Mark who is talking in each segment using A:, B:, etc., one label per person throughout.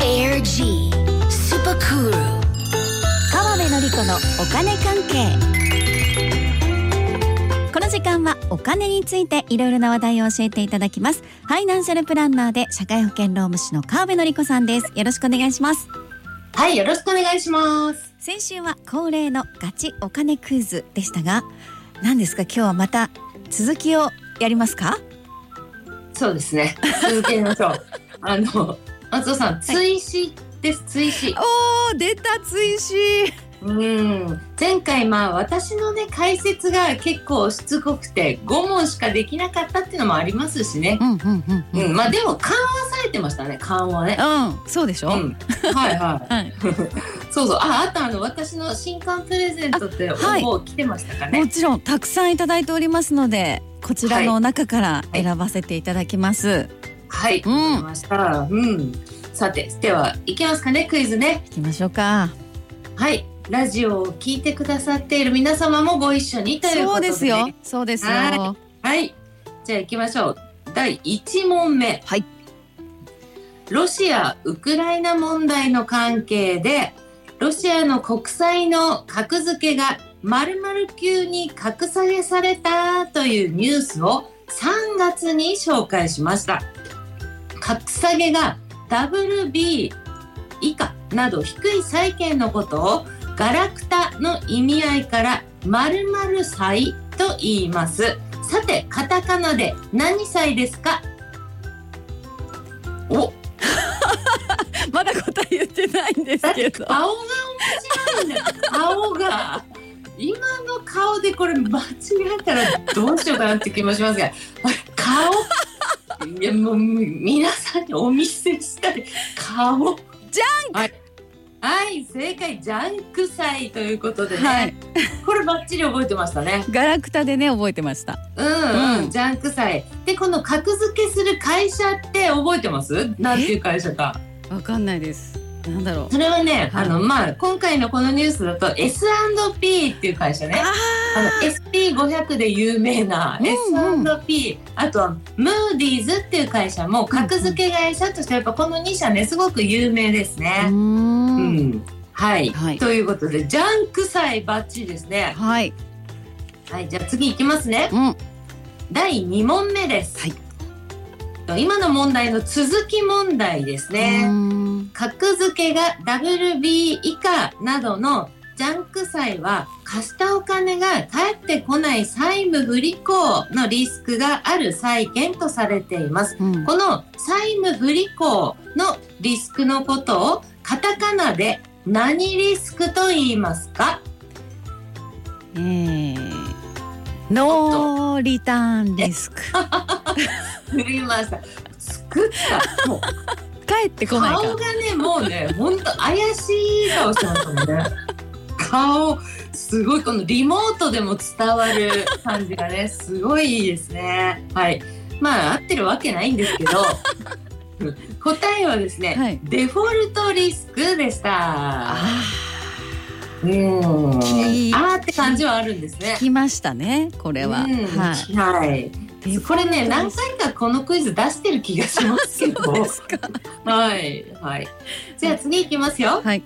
A: G スーパークール
B: 川辺典子のお金関係この時間はお金についていろいろな話題を教えていただきますファイナンシャルプランナーで社会保険労務士の川辺典子さんですよろしくお願いします
C: はいよろしくお願いします
B: 先週は恒例のガチお金クイズでしたが何ですか今日はまた続きをやりますか
C: そうですね続けましょ うあの松尾さん追試です、追試
B: おー出た追試
C: うん前回まあ私のね解説が結構しつこくて5問しかできなかったっていうのもありますしね
B: うんうんうん
C: うん、まあでも緩和されてましたね緩和ね
B: うんそうでし
C: う
B: ょ、
C: ん、はいは
B: はい
C: い そうそうああとあの私の新刊プレゼントって応
B: はい
C: 募来てましたかね、
B: もちろんたくさんいただいておりますのでこちらの中から選ばせていただきます、
C: はい、
B: うん
C: わかりました。うん。さて、では、いきますかね、クイズね。
B: 行きましょうか
C: はい。ラジオを聞いてくださっている皆様もご一緒にというこ
B: そう
C: と
B: で
C: で。
B: すよ。そうですよ
C: ははい。じゃあ行きましょう。第1問目。
B: はい。
C: ロシア・ウクライナ問題の関係で、ロシアの国債の格付けが〇〇級に格下げされたというニュースを3月に紹介しました。格下げが WB 以下など低い債券のことをガラクタの意味合いから〇〇債と言います。さて、カタカナで何歳ですかお、
B: まだ答え言ってないんです
C: だっ
B: け
C: て
B: ど
C: 顔が面白いんだよ。顔が。今の顔でこれ間違えたらどうしようかなって気もしますが、あれ顔いやもうみ皆さんにお見せしたい顔。ジャンクはい、はい正解ジャンク祭ということでね、
B: はい
C: こればっちり覚えてましたね。
B: ガラクタでね覚えてました
C: うん、
B: う
C: うんん、ジャンク祭でこの格付けする会社って覚えてます？なんていう会社か。
B: わかんないですなんだろう
C: それはね、
B: はい
C: あのまあ今回のこのニュースだと S&P っていう会社ね。あの SP500 で有名な
B: うんうん
C: S&P、あとはムーディーズっていう会社も格付け会社としてやっぱこの2社ねすごく有名です
B: うー
C: ね。うんはい、
B: はい
C: ということでジャンク債バッチリですね。
B: はい
C: はいじゃあ次いきますね。
B: うん
C: 第2問目です。
B: はい
C: 今の問題の続き問題ですね。
B: うーん
C: 格付けが WB 以下などのジャンク債は貸したお金が返ってこない債務不履行のリスクがある債権とされています。
B: うん
C: この債務不履行のリスクのことをカタカナで何リスクと言いますか
B: えーノーリターンリスク
C: 振りました。作った。もう
B: 帰ってこない
C: 顔
B: か
C: がね、もうね、 ほんと怪しい顔してますもんね。顔、すごい、このリモートでも伝わる感じがね、すごいいいですね。はい。まあ、合ってるわけないんですけど、 答えはですね、
B: はい
C: デフォルトリスクでした。
B: あ
C: うん。
B: き
C: あーって感じはあるんです
B: ー
C: ね
B: 聞。きましたねこれは、
C: うん
B: は
C: はい。
B: い
C: これね、何
B: そ
C: 回かこのクイズ出してる気がします け
B: うで
C: ど。
B: すか
C: はい。はい。じゃあ次いきますよ。
B: はい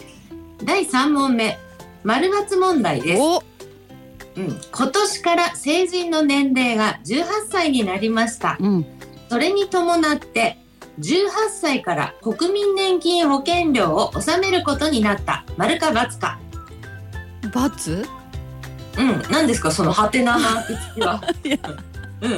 C: 第3問目丸抜問題です、
B: お
C: うん、今年から成人の年齢が18歳になりました
B: うん
C: それに伴って18歳から国民年金保険料を納めることになった丸か×か
B: バツ
C: うん何ですかそのハテナマーク付きは
B: いや
C: うん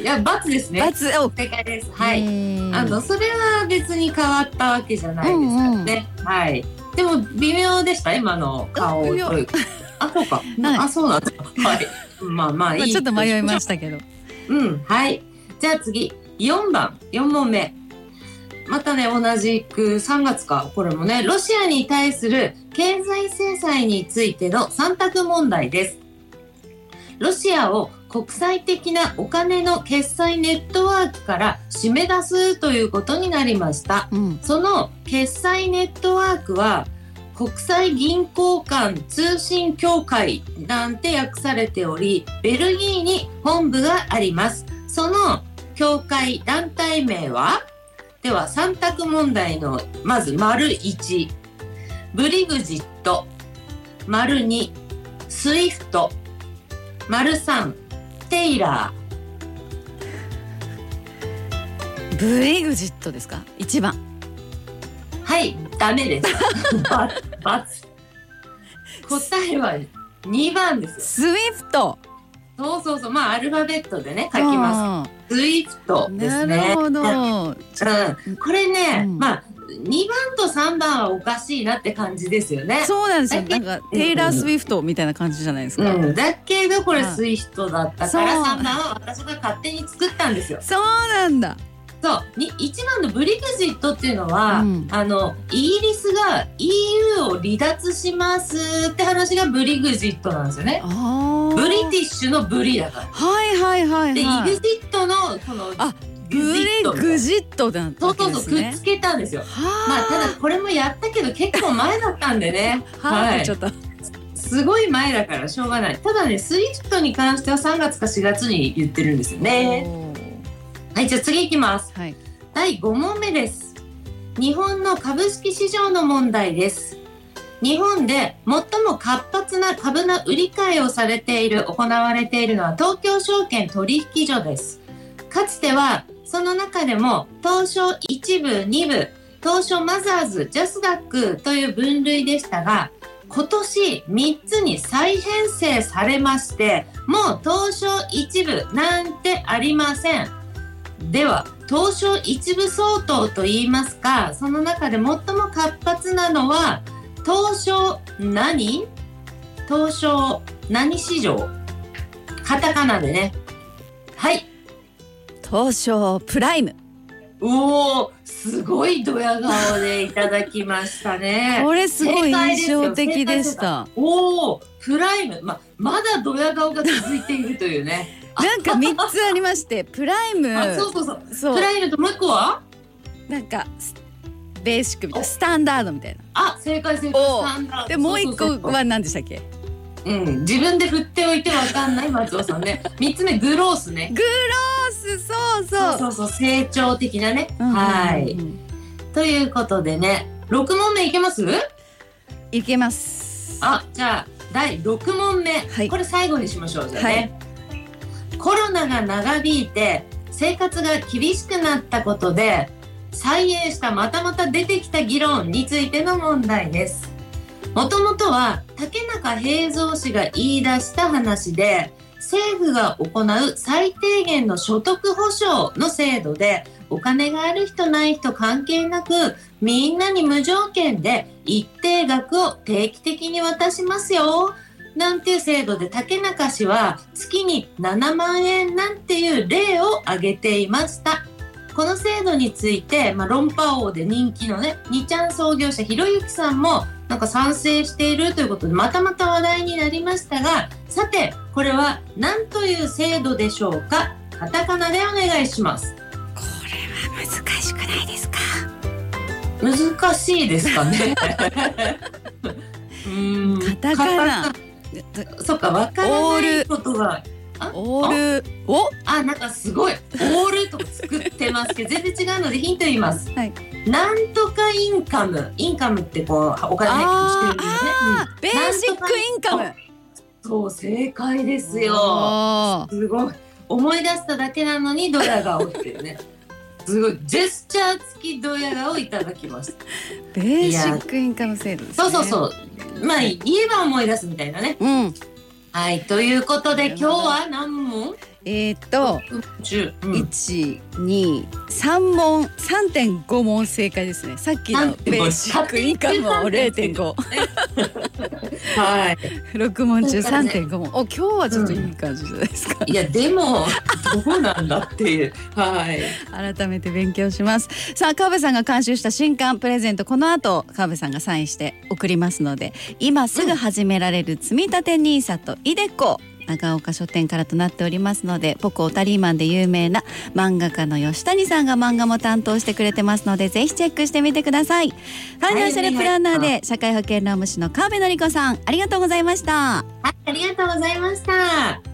C: いや×ですね
B: バツお
C: 正解ですはい、
B: い
C: あのそれは別に変わったわけじゃないですからね、はいでも微妙でした今の顔
B: 微妙
C: というかあそうか、
B: ない
C: あそうなんだ はいまあまあい
B: まあ、
C: い
B: ちょっと迷いま
C: し
B: したけど。
C: たうんはいじゃあ次4番4問目またね同じく3月かこれもねロシアに対する経済制裁についての3択問題ですロシアを国際的なお金の決済ネットワークから締め出すということになりました
B: うん。
C: その決済ネットワークは国際銀行間通信協会なんて訳されておりベルギーに本部がありますその協会団体名はでは3択問題のまず丸1ブリグジット丸2スイフト丸3テイラ
B: ブレグジットですか一番
C: ーはいダメです バツバツ答えは2番ですよ
B: スイフト
C: そうそうそうまあアルファベットでね書きますすスイフトですね
B: なるほど
C: うん、これね、
B: うん
C: まあ2番と3番はおかしいなって感じですよね。
B: そうなんですよ
C: だけ
B: なんかテイラー・スウィフトみたいな感じじゃないです
C: う
B: か、
C: ん、だけどこれ
B: はい
C: スイフトだったから
B: そう
C: 3番は私が勝手に作ったんですよ。
B: そうなんだ
C: そうに1番のブリグジットっていうのは、
B: うん
C: あのイギリスが EU を離脱しますって話がブリグジットなんですよね。
B: あー
C: ブリティッシュのブリだから。
B: はいはいはい
C: で、
B: は
C: イグ
B: い
C: ジットのこの
B: あ
C: グ
B: ブ
C: ジッ
B: レ
C: トみたい
B: グ
C: な
B: ジットだった
C: そ
B: わ
C: う
B: け
C: そう
B: で
C: そう
B: す
C: くっ
B: ね
C: つけたんですよ。まあただ
B: は
C: これもやったけど結構前だったんで ね。
B: あ、は
C: はい
B: い、ちょっと
C: すごい前だからしょうがない。ただね、スイフトに関しては3月か4月に言ってるんですよね。
B: おー
C: はい、じゃあ次行きます。
B: はい
C: 第5問目です。日本の株式市場の問題です。日本で最も活発な株の売り買いをされている、行われているのは東京証券取引所です。かつては、その中でも東証1部、2部、東証マザーズ、ジャスダックという分類でしたが、今年3つに再編成されまして、もう東証1部なんてありません。では東証一部相当と言いますかその中で最も活発なのは東証何東証何市場カタカナでねはい
B: 東証プライム
C: おおすごいドヤ顔でいただきました ね
B: これすごい印象的でした
C: おおプライム、ままだドヤ顔が続いているというね
B: なんか三つありましてプライム
C: あそうそうそう
B: そう
C: プライムともう一個は
B: なんかスベーシックみたいなスタンダードみたいな
C: あ正解正解
B: おー
C: スタンダード
B: でもう
C: そ
B: 一
C: そそ
B: 個は何でしたっけ
C: うん、自分で振っておいてわかんない松尾さん ね。三つ目グロースね。
B: グロースそう
C: そ
B: そうう
C: そうそう成長的なね。
B: うんうんうん
C: はい。ということでね、六問目いけます？
B: いけます
C: あ、じゃあ第六問目、
B: はい
C: これ最後にしましょうじゃあね。コロナが長引いて生活が厳しくなったことで再演したまたまた出てきた議論についての問題です。もともとは竹中平蔵氏が言い出した話で政府が行う最低限の所得保障の制度でお金がある人ない人関係なくみんなに無条件で一定額を定期的に渡しますよなんていう制度で竹中氏は月に7万円なんていう例を挙げていました。この制度について、まあ、論破王で人気のね2ちゃん創業者ひろゆきさんもなんか賛成しているということでまたまた話題になりましたがさてこれは何という制度でしょうかカタカナでお願いします
B: これは難しくないですか
C: 難しいですか ねうーん
B: カタカナ
C: そっかわからないことが
B: オールお
C: あなんかすごいオールとか作ってます けど全然違うのでヒント言います、
B: はい
C: なんとかインカムインカムってこうお金ね
B: あー
C: してるよね、
B: あーベーシックインカム
C: うんそう正解ですよ
B: おー
C: すごい思い出しただけなのにドヤ顔って いうねすごいジェスチャー付きドヤ顔いただきました
B: ベーシックインカム制度です
C: そ
B: ね
C: うそうそうまあ言えば思い出すみたいなね
B: うん
C: はいということで
B: な
C: 今
B: る
C: 日
B: ほど
C: は何問
B: えーっと
C: 10、うん
B: 一二三問三点五問正解ですね。さっきのベーシックインカムを零点五、
C: はい
B: 六問中三点五問。お今日はちょっといい感じじゃないですか。
C: いやでもどうなんだっていうはい
B: 改めて勉強します。さあ川部さんが監修した新刊プレゼントこの後川部さんがサインして送りますので、今すぐ始められる積立 NISA とイデコ。長岡書店からとなっておりますので僕オタリーマンで有名な漫画家の吉谷さんが漫画も担当してくれてますのでぜひチェックしてみてくださいファイナンシャルプランナーで社会保険労務士の川辺典子さんありがとうございました
C: はいありがとうございました